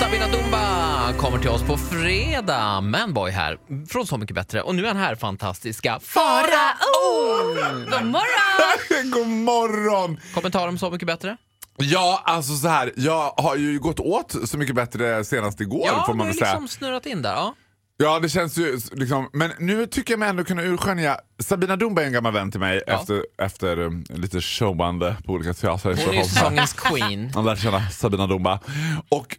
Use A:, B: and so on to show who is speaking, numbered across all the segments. A: Sabina Dumba kommer till oss på fredag. Manboy här, från Så mycket bättre. Och nu är han här, fantastiska Farao!
B: God morgon!
C: God morgon!
A: Kommentar om Så mycket bättre?
C: Ja, alltså så här. Jag har ju gått åt Så mycket bättre senast igår
A: ja,
C: får man
A: du
C: väl
A: har
C: säga.
A: liksom snurrat in där. Ja.
C: Ja, det känns ju liksom. Men nu tycker jag mig ändå kunna urskönja. Sabina Dumba är en gammal vän till mig
A: Ja.
C: efter, efter um, lite showande på olika teatrar i
A: Hon är ju
C: Stockholm.
A: sångens queen.
C: Man lär känna Sabina Dumba. Och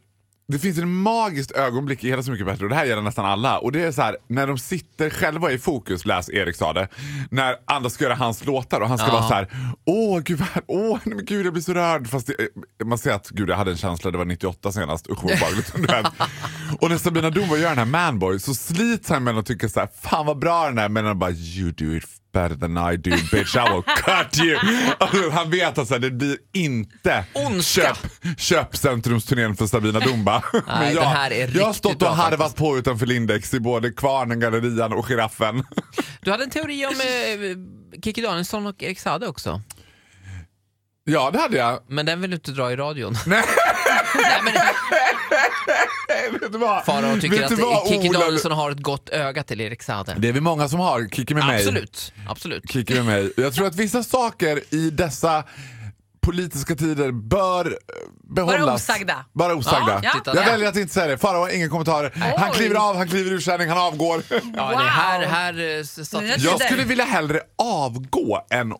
C: det finns en magiskt ögonblick i hela Så mycket bättre och det här gäller nästan alla. Och det är så här, när de sitter själva i fokus, läs Erik sa det, när andra ska göra hans låtar och han ska
A: Ja.
C: vara så här, åh gud, vad- åh nej, men gud jag blir så rörd. Fast det, eh, man ser att gud jag hade en känsla, det var 98 senast, usch vad obehagligt. Du vet. och när Sabina Dumba gör den här manboy så slits han mellan att tycka så här, fan vad bra den är, men han bara you do it better than I do bitch, I will cut you. Alltså, han vet att så här, det blir inte
A: Ondska.
C: köp köpcentrumsturnén för Sabina Dumba.
A: Nej, det här är riktigt
C: jag har stått och
A: bra
C: harvat
A: faktiskt.
C: på utanför Lindex i både Kvarnen, Gallerian och Giraffen.
A: Du hade en teori om eh, Kikki Danielsson och Erik Saade också.
C: Ja, det hade jag.
A: Men den vill du inte dra i radion. Nej, men
C: Vet du vad?
A: Farao tycker
C: Vet du vad,
A: att Kikki
C: Ola?
A: Danielsson har ett gott öga till Erik Saade.
C: Det är vi många som har. Kicki med mig.
A: Absolut. Absolut.
C: Kicki med mig. Jag tror att vissa saker i dessa politiska tider bör eh, behållas.
B: Vara osagda.
C: Bara osagda.
B: Ja,
A: titta
C: Jag
A: där.
C: väljer att inte säga det. Farao har ingen kommentarer. Han
B: Oj.
C: kliver av, han kliver ur sändning, han avgår.
A: Ja, det här, här eh, satt
B: Det-
C: Jag
B: där.
C: skulle vilja hellre avgå än att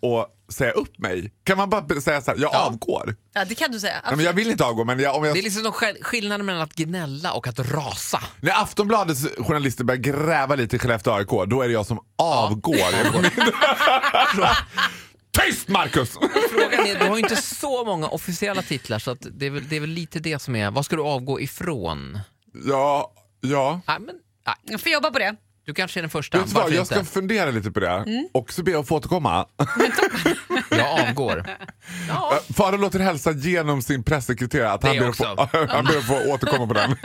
C: säga upp mig. Kan man bara be- säga så här, jag avgår?
B: Ja, det kan du säga.
C: Nej, men jag vill inte avgå, men jag, om jag...
A: Det är liksom som skill- skillnaden mellan att gnälla och att rasa.
C: när Aftonbladets journalister börjar gräva lite i Skellefteå AIK, då är det jag som avgår. Tyst Marcus!
A: Frågan är, du har ju inte så många officiella titlar så att det, är väl, det är väl lite det som är, vad ska du avgå ifrån?
C: ja, ja.
A: Nej, men, nej,
B: Jag får jobba på det.
A: du kanske är den första,
C: Vet du vad,
A: varför
C: jag ska
A: inte?
C: fundera lite på det och så ber jag att få återkomma.
A: Jag avgår. Ja.
C: Farao låter hälsa genom sin pressekreterare att han
A: Det
C: ber, att få,
A: också.
C: han ber att få återkomma på den.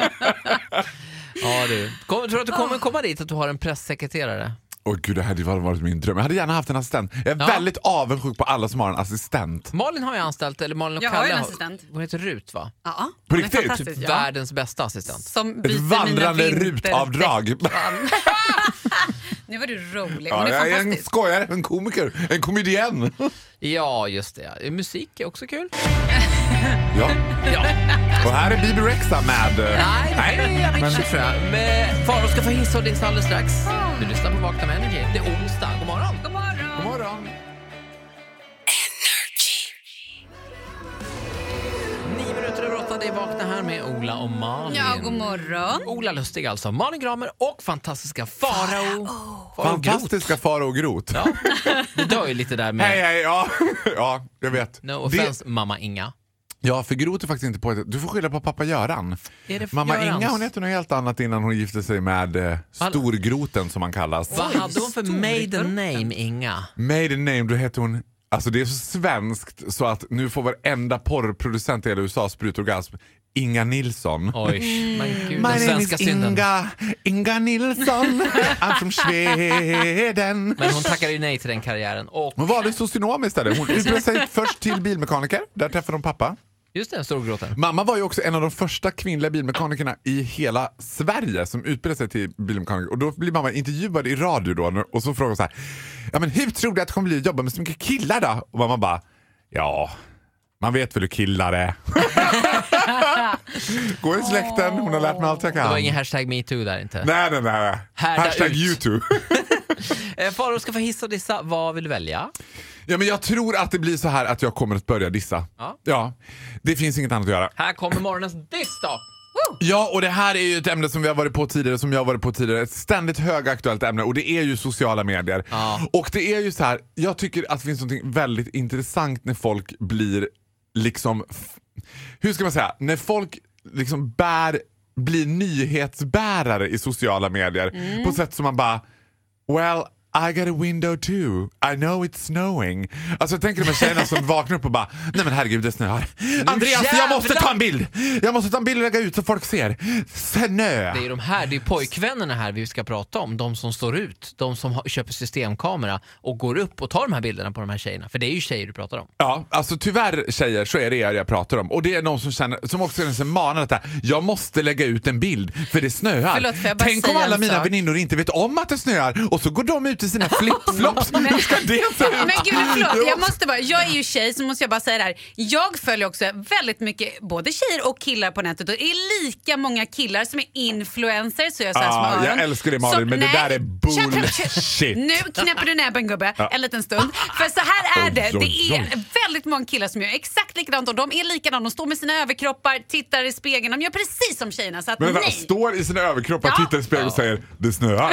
A: Ja, du. Kom, tror du att du kommer komma dit att du har en pressekreterare?
C: Åh gud, det hade ju varit min dröm. Jag hade gärna haft en assistent. Jag är
A: Ja.
C: väldigt avundsjuk på alla som har en assistent.
A: Malin har jag anställt, eller Malin och
B: Jag har
A: Kalle.
B: en assistent.
A: Hon heter Rut va?
B: Ja,
C: På
B: de är
C: riktigt?
B: fantastiskt, Ja.
A: Världens bästa assistent.
B: Som byter
C: Ett
B: mina
C: vandrande
B: vinter-
C: rutavdrag.
B: nu var du rolig. Hon
C: Ja,
B: är
C: jag är en
B: fantastisk.
C: skojare, en komiker, en komedienn.
A: Ja, just det. Musik är också kul.
C: Ja.
A: Ja.
C: Och här är Bibi Rexa med... eh,
A: Nej, det är men... tror jag. Men Farao ska få hissa och dissa alldeles strax. Du lyssnar på Vakna med Energy. Det är onsdag. God morgon.
B: Ah. God morgon!
C: God morgon.
A: Nio minuter över åtta, det är Vakna här med Ola och Malin.
B: Ja, god morgon.
A: Ola Lustig alltså, Malin Gramer och fantastiska Farao. Farao Groth.
C: Fantastiska Farao Groth.
A: Ja, det dör ju lite där med
C: Hej, hej, ja. ja, jag vet.
A: No
C: det,
A: offense, mamma Inga.
C: ja, för Groth är faktiskt inte på Du får skylla på pappa Göran.
A: Är det för
C: Mamma
A: Görans?
C: Inga hon hette något helt annat innan hon gifte sig med eh, Storgroten som han kallas.
A: Vad hade hon för maiden name, Inga?
B: Mm.
C: Maiden name, då heter hon... Alltså det är så svenskt så att nu får varenda porrproducent i hela USA sprutorgasm. Inga Nilsson.
A: Oj, men gud, den svenska synden.
C: Inga, Inga Nilsson. I'm from Sweden.
A: Men hon tackade ju nej till den karriären. Och
C: Hon valde socionom istället. Hon utbildade sig först till bilmekaniker. Där träffade hon pappa.
A: just det, storgråten.
C: Mamma var ju också en av de första kvinnliga bilmekanikerna i hela Sverige som utbildade sig till bilmekaniker. Och då blir mamma intervjuad i radio då och så frågar hon så här. Ja men hur tror du att det kommer bli att jobba med så mycket killar då? Och mamma bara. Ja, man vet väl hur killar är. Går i släkten, hon har lärt mig allt jag
A: Det
C: kan.
A: var ingen hashtag metoo där inte.
C: Nej, nej, nej.
A: Härda
C: Hashtag
A: ut.
C: youtube.
A: Eh, Farao ska få hissa och dissa. Vad vill du välja?
C: ja, men jag tror att det blir så här att jag kommer att börja dissa.
A: Ja.
C: Det finns inget annat att göra.
A: Här kommer morgonens diss då.
C: Ja, och det här är ju ett ämne som vi har varit på tidigare, som jag har varit på tidigare. Ett ständigt högaktuellt ämne och det är ju sociala medier.
A: Ja.
C: Och det är ju så här, jag tycker att det finns något väldigt intressant när folk blir liksom, f- hur ska man säga, när folk liksom bär, blir nyhetsbärare i sociala medier på ett sätt som man bara, well I got a window too, I know it's snowing. Alltså jag tänker de här tjejerna som vaknar upp och bara, nej men herregud det snöar. Andreas jag måste
A: jävlar!"
C: ta en bild! Jag måste ta en bild och lägga ut så folk ser. Snö!
A: Det är ju de här, det är pojkvännerna här vi ska prata om. De som står ut, de som har, köper systemkamera och går upp och tar de här bilderna på de här tjejerna. För det är ju tjejer du pratar om.
C: Ja, alltså tyvärr tjejer så är det er jag pratar om. Och det är någon som, känner, som också känner sig manad att det här, jag måste lägga ut en bild för det snöar.
B: Förlåt, får jag bara
C: Tänk om
B: säga
C: alla
B: en
C: mina
B: sak?
C: väninnor inte vet om att det snöar och så går de ut i sina flipflops. Hur ska det se ut?
B: Men gud förlåt,
C: Jo.
B: jag, måste bara, jag är ju tjej så måste jag bara säga det här. Jag följer också väldigt mycket både tjejer och killar på nätet och det är lika många killar som är influencers så jag säger
C: Ah,
B: små öron.
C: jag älskar dig, Malin,
B: Som-
C: men det
B: nej,
C: där är
B: tja, tja, tja.
C: bullshit.
B: Nu knäpper du näven gubbe
C: Ja.
B: en liten stund. För så här är det.
C: Oj, oj,
B: Det är
C: oj.
B: väldigt många killar som gör exakt likadant och de är likadana. De står med sina överkroppar, tittar i spegeln. De gör precis som tjejerna. Så att
C: Men vänta,
B: nej.
C: står i sina överkroppar,
B: Ja.
C: tittar i spegeln och säger det snöar.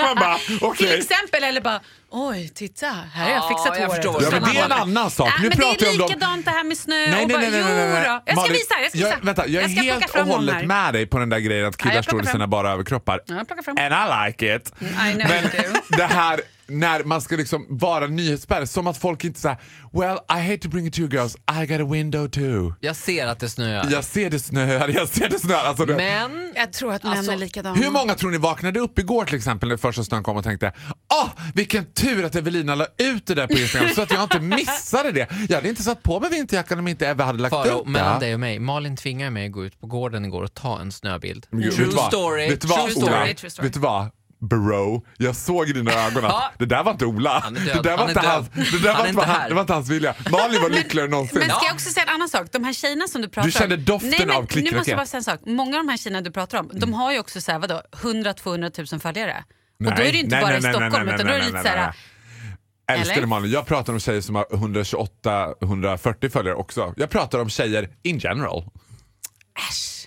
C: Man bara,
B: Till
C: okej.
B: exempel eller bara Oj, titta här har jag
A: Ja,
B: fixat
A: jag
B: håret.
A: förstår.
C: Ja, men det är en
B: Sådana
C: annan sak.
B: Nej,
C: nu
B: Äh, men
C: pratar
B: det
C: jag
B: är
C: om de...
B: likadant det här med snö
C: Nej,
B: och
C: nej,
B: bara,
C: nej, nej, nej, nej.
B: jodå. Jag ska
C: Malin,
B: visa här, jag ska visa.
C: Jag, vänta, jag är
B: ska plocka
C: helt och
B: fram någon
C: hållet
B: här.
C: med dig på den där grejen att killar
B: jag
C: står i
B: plockar
C: sina
B: fram.
C: bara överkroppar.
B: Ja, jag plockar fram. Mm,
C: And I like it.
B: I know
C: Men
B: you do.
C: det här när man ska liksom vara nyhetsbärare, som att folk inte säger Well, I hate to bring it to you girls, I got a window too.
A: Jag ser att det snöar.
C: Jag ser det snöar, jag ser det snöar. Alltså, det-
A: Men
B: Jag tror att män
A: Alltså,
B: är likadana.
C: Hur många tror ni vaknade upp igår till exempel när första snön kom och tänkte Åh, vilken tur att Evelina la ut det där på Instagram så att jag inte missade det. Jag hade inte satt på mig vinterjackan om inte Eva hade lagt
A: Faro,
C: upp det.
A: mellan dig och mig. Malin tvingade mig att gå ut på gården igår och ta en snöbild.
C: Gud,
A: True
C: vet du vad?
A: story.
C: Vet du vad,
A: True story.
C: Ola?
B: True story.
C: Vet du vad? Bro, jag såg i dina ögon
A: Ja.
C: att det där var inte Ola.
A: Han är död.
C: Det där
A: Han
C: var
A: är
C: inte
A: död.
C: hans, det där
A: Han
C: var
A: är
C: inte
A: inte
C: han-
A: här.
C: det var inte hans vilja. Malin var lyckligare än någonsin.
B: Men ska jag också säga en annan sak? De här tjejerna som du pratar
C: Du kände
B: om.
C: doften
B: Nej, men
C: av
B: Nu måste
C: klickraket. Mm.
B: jag bara säga en sak. Många av de här tjejerna du pratar om, de har ju också så här, vadå, 100-200 000 följare. och då är det ju inte bara i Stockholm utan då är det lite så här,
C: Älskar
B: Eller?
C: dig Malin, jag pratar om tjejer som har 128-140 följare också. Jag pratar om tjejer in general.
B: äsch.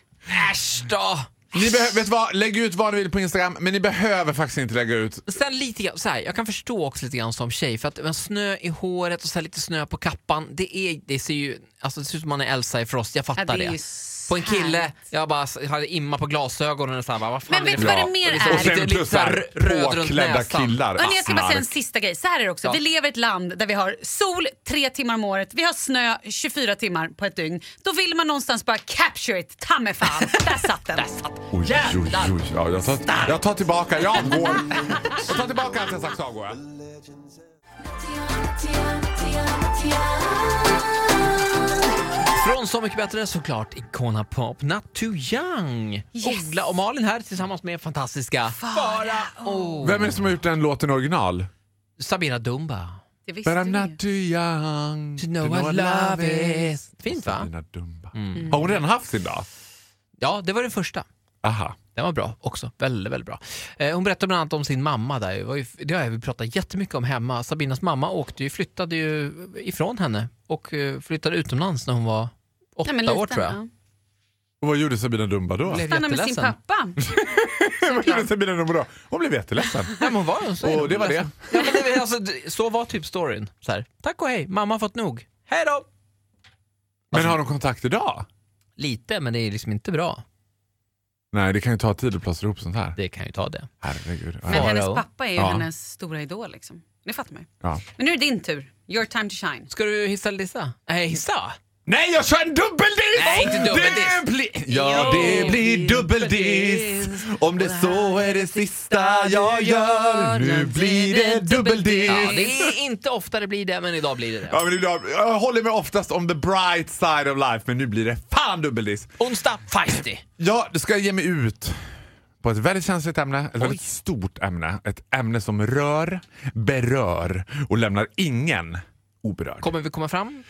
A: Äsch då!
C: Ni behö- vet vad, lägg ut vad ni vill på Instagram men ni behöver faktiskt inte lägga ut.
A: Sen lite grann, så här, jag kan förstå också lite grann som tjej, för att men, snö i håret och så här, lite snö på kappan, det, är, det ser ju alltså, det ser ut som man är Elsa i Frost, jag fattar
B: Ja, det
A: det.
B: är ju
A: På en kille,
B: härligt.
A: jag bara s- hade imma på glasögonen och så här, bara, vad fan
B: Men
A: är
B: vet
A: för-
B: du vad det mer
A: så-
B: är?
C: Och
B: lite-
C: sen plus
A: så här
C: såhär
A: röd runt
C: påklädda
A: näsan.
C: killar.
B: Och jag ska bara säga en
C: Mark.
B: sista grej. Så här är det också.
A: Ja.
B: Vi lever i ett land där vi har sol tre timmar om året, vi har snö 24 timmar på ett dygn. Då vill man någonstans bara capture it, ta mig fan. Där satt den.
C: Oj, oj, oj. Ja, jag, tar, jag tar tillbaka, jag avgår. Jag tar tillbaka allt jag sagt så avgår jag.
A: Från Så mycket bättre såklart, Icona Pop, Not Too Young.
B: Yes.
A: Ola och Malin här tillsammans med fantastiska Oh.
C: Vem är det som har gjort den låten original?
A: Sabina Dumba.
B: Det visste
C: But
B: du
C: I'm
B: ju.
C: not too young
A: To know what love is. Fint va? Mm.
C: Sabina Dumba. Har hon redan haft sin dag?
A: Ja, det var den första.
C: Aha.
A: Den var bra också. Väldigt, väldigt bra. Eh, hon berättade bland annat om sin mamma. Där. Det, var ju, det har vi pratat jättemycket om hemma. Sabinas mamma åkte ju, flyttade ju ifrån henne och eh, flyttade utomlands när hon var åtta
B: Nej, men
A: år
B: liten,
A: tror jag.
B: ja.
C: Och vad gjorde Sabina Dumba då?
A: Blev
B: Stanna med sin
A: jätteledsen.
B: pappa.
C: Vad gjorde Sabina Dumba då? Hon blev jätteledsen.
A: Nej, men hon var så är
C: Och det var det.
A: Ja, men det, alltså, det- så var typ storyn. Så här, Tack och hej, mamma har fått nog. Hej då! Alltså.
C: Men har de kontakt idag?
A: Lite, men det är liksom inte bra.
C: Nej, det kan ju ta tid att plåstra ihop sånt här.
A: Det kan ju ta det.
C: Herregud.
B: Men
A: Farao.
B: hennes pappa är ju
C: Ja.
B: hennes stora idol. Liksom. Det fattar man ju.
C: Ja.
B: Men nu är det din tur. Your time to shine.
A: Ska du hissa eller dissa? Nej, hissa!
C: Nej, jag kör en dubbeldiss!
A: Nej, inte dubbeldiss.
C: Det blir- ja, det blir dubbeldiss. Om det så är det sista jag gör. Nu blir det dubbeldiss.
A: Ja, det är inte ofta det blir det, men idag blir det det.
C: Ja, men idag, jag håller mig oftast om the bright side of life, men nu blir det fan dubbeldiss.
A: Onsdag, feisty!
C: Ja, då ska jag ge mig ut på ett väldigt känsligt ämne, ett väldigt stort ämne. Ett ämne som rör, berör och lämnar ingen oberörd.
A: Kommer vi komma fram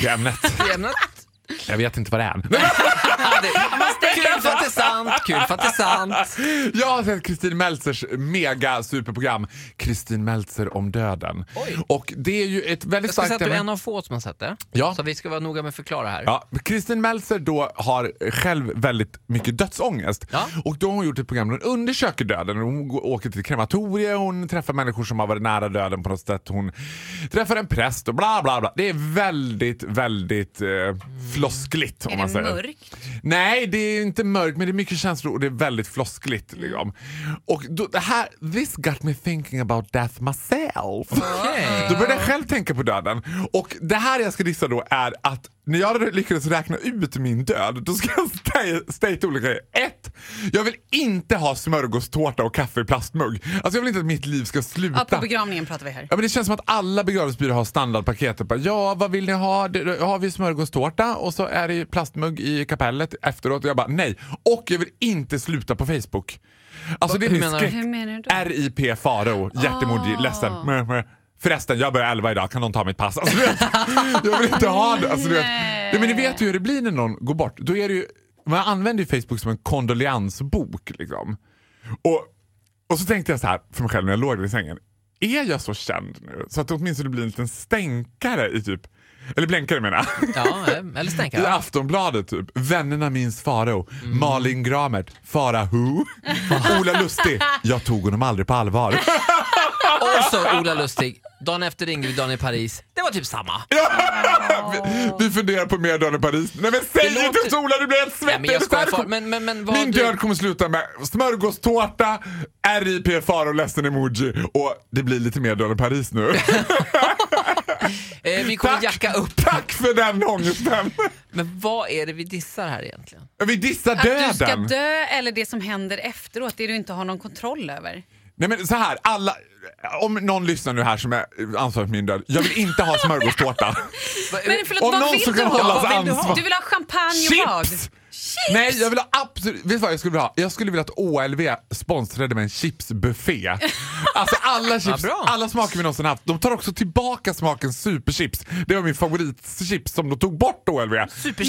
C: till ämnet.
A: till ämnet?
C: Jag vet inte vad det är.
A: Ja, det- Kul för att det är sant, kul för att det är sant.
C: Jag har sett Kristin Meltzers mega superprogram Kristin Meltzer om döden.
A: Oj.
C: Och det är ju ett väldigt
A: Jag ska säga
C: starkt
A: att du är en
C: ämne.
A: av få som har sett det.
C: Ja.
A: Så vi ska vara noga med att förklara här.
C: Ja, Kristin Meltzer då har själv väldigt mycket dödsångest.
A: Ja.
C: Och då har hon gjort ett program där hon undersöker döden. Hon går- åker till krematorie, hon träffar människor som har varit nära döden på något sätt. Hon träffar en präst och bla bla bla. Det är väldigt, väldigt eh, floskligt. Om
B: Är
C: man
B: det
C: säger.
B: mörkt?
C: Nej, det är inte mörkt, men det är mycket känslor och det är väldigt floskligt.
B: Mm.
C: Liksom. Och då, det här, this got me thinking about death myself.
A: Okej.
C: Då började jag själv tänka på döden. Och det här jag ska dissa då är att när jag lyckades räkna ut min död, då ska jag sta- state olika grejer. Ett, jag vill inte ha smörgåstårta och kaffe i plastmugg. Alltså jag vill inte att mitt liv ska
B: Ja,
C: sluta.
B: på begravningen pratar vi här.
C: Ja, men det känns som att alla begravningsbyråer har standardpaketet. Bara, Ja, vad vill ni ha? Det- Har vi smörgåstårta och så är det ju plastmugg i kapellet efteråt. Jag bara nej. Och jag vill inte sluta på Facebook. Alltså det är
A: hur
C: min
A: menar
C: skräck.
A: du?
B: Hur menar du då?
C: RIP Faro, hjärtemodig, ledsen. Meh, meh. Förresten, jag börjar 11 idag, kan någon ta mitt pass? Alltså, du vet, jag vill inte ha det. Alltså, du vet. Nej, men ni vet ju hur det blir när någon går bort. Då är det ju, man använder ju Facebook som en kondoleansbok. Liksom. Och, och så tänkte jag så här för mig själv när jag låg där i sängen. Är jag så känd nu så att det åtminstone blir en liten stänkare i typ, eller blänkare menar jag.
A: Ja, eh, eller
C: I
A: stänka.
C: Aftonbladet typ. Vännerna minns Farao.
A: Mm.
C: Malin Gramert. Farao. Ola Lustig. Jag tog honom aldrig på allvar.
A: Och så Ola Lustig. Dagen efter ringde vi Daniel Paris. Det var typ samma.
C: vi, vi funderar på mer död i Paris. Nej men
A: Det
C: säg
A: låter-
C: inte så Ola, du blir helt
A: Nej,
C: svettig.
A: men jag skojar
C: Det här
A: far-
C: kom-
A: men, men, men vad
C: Min
A: du...
C: död kommer sluta med smörgåstårta, RIP Farao ledsen emoji och det blir lite mer död i Paris nu.
A: Eh, vi kommer jacka upp.
C: Tack för den ångesten.
A: Men vad är det vi dissar här egentligen?
C: Vi dissar
B: Att du ska
C: döden.
B: dö eller det som händer efteråt, det du inte har någon kontroll över.
C: Nej men så här, alla, om någon lyssnar nu här som är ansvarig för min död. Jag vill inte ha smörgåstårta.
B: Men förlåt,
C: Om
B: vad
C: någon
B: vill
C: som
B: du
C: kan
B: ha?
C: hållas
B: Vad vill du ha?
C: ansvar-
B: Du vill ha champagne och vad?
C: Chips! Nej, jag vill ha absolut... Vet du vad jag skulle vilja ha? Jag skulle vilja att OLV sponsrade med en chipsbuffé. Alltså alla chips,
A: bra.
C: alla smaker vi någonsin haft. De tar också tillbaka smaken superchips. Det var min favoritchips som de tog bort OLV.
B: Men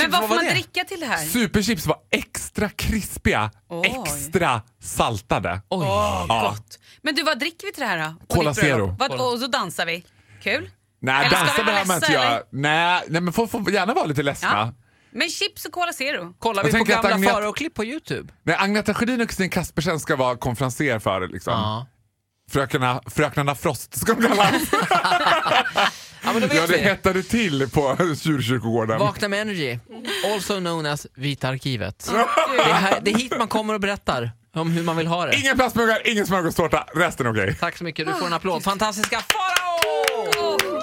B: vad får man dricka till det här?
C: Superchips var extra krispiga,
B: Oj.
C: extra saltade.
A: Oj.
C: Ja.
B: Gott. Men du, vad dricker vi till det här då? Och
C: Cola
B: ditt bröllop?
C: Zero.
B: Vad- Och så dansar vi. Kul.
C: Nej,
B: Eller ska
C: dansa
B: vi vara
C: behöver man inte
B: ledsna,
C: göra.
B: eller?
C: Nej, nej, men får, får gärna vara lite ledsna.
B: Ja. Men chips och Cola Zero.
A: Kollar
C: Jag
A: vi på
C: tänker att
A: gamla
C: Agneta-
A: Farao-klipp på Youtube?
C: Nej, Agneta Sjödin och Kristin Kaspersen ska vara konferenser för det, liksom.
A: Ja.
C: Fröknarna, fröknarna Frost ska de kallas.
A: Ja, men då
C: Ja,
A: vet vi.
C: det hettade till på djurkyrkogården.
A: Vakna med Energy, also known as Vita Arkivet. Det är, här, det är hit man kommer och berättar om hur man vill ha det.
C: Inga plastmuggar, ingen smörgåstårta, resten okej.
A: Tack så mycket, du får en applåd. Fantastiska Farao!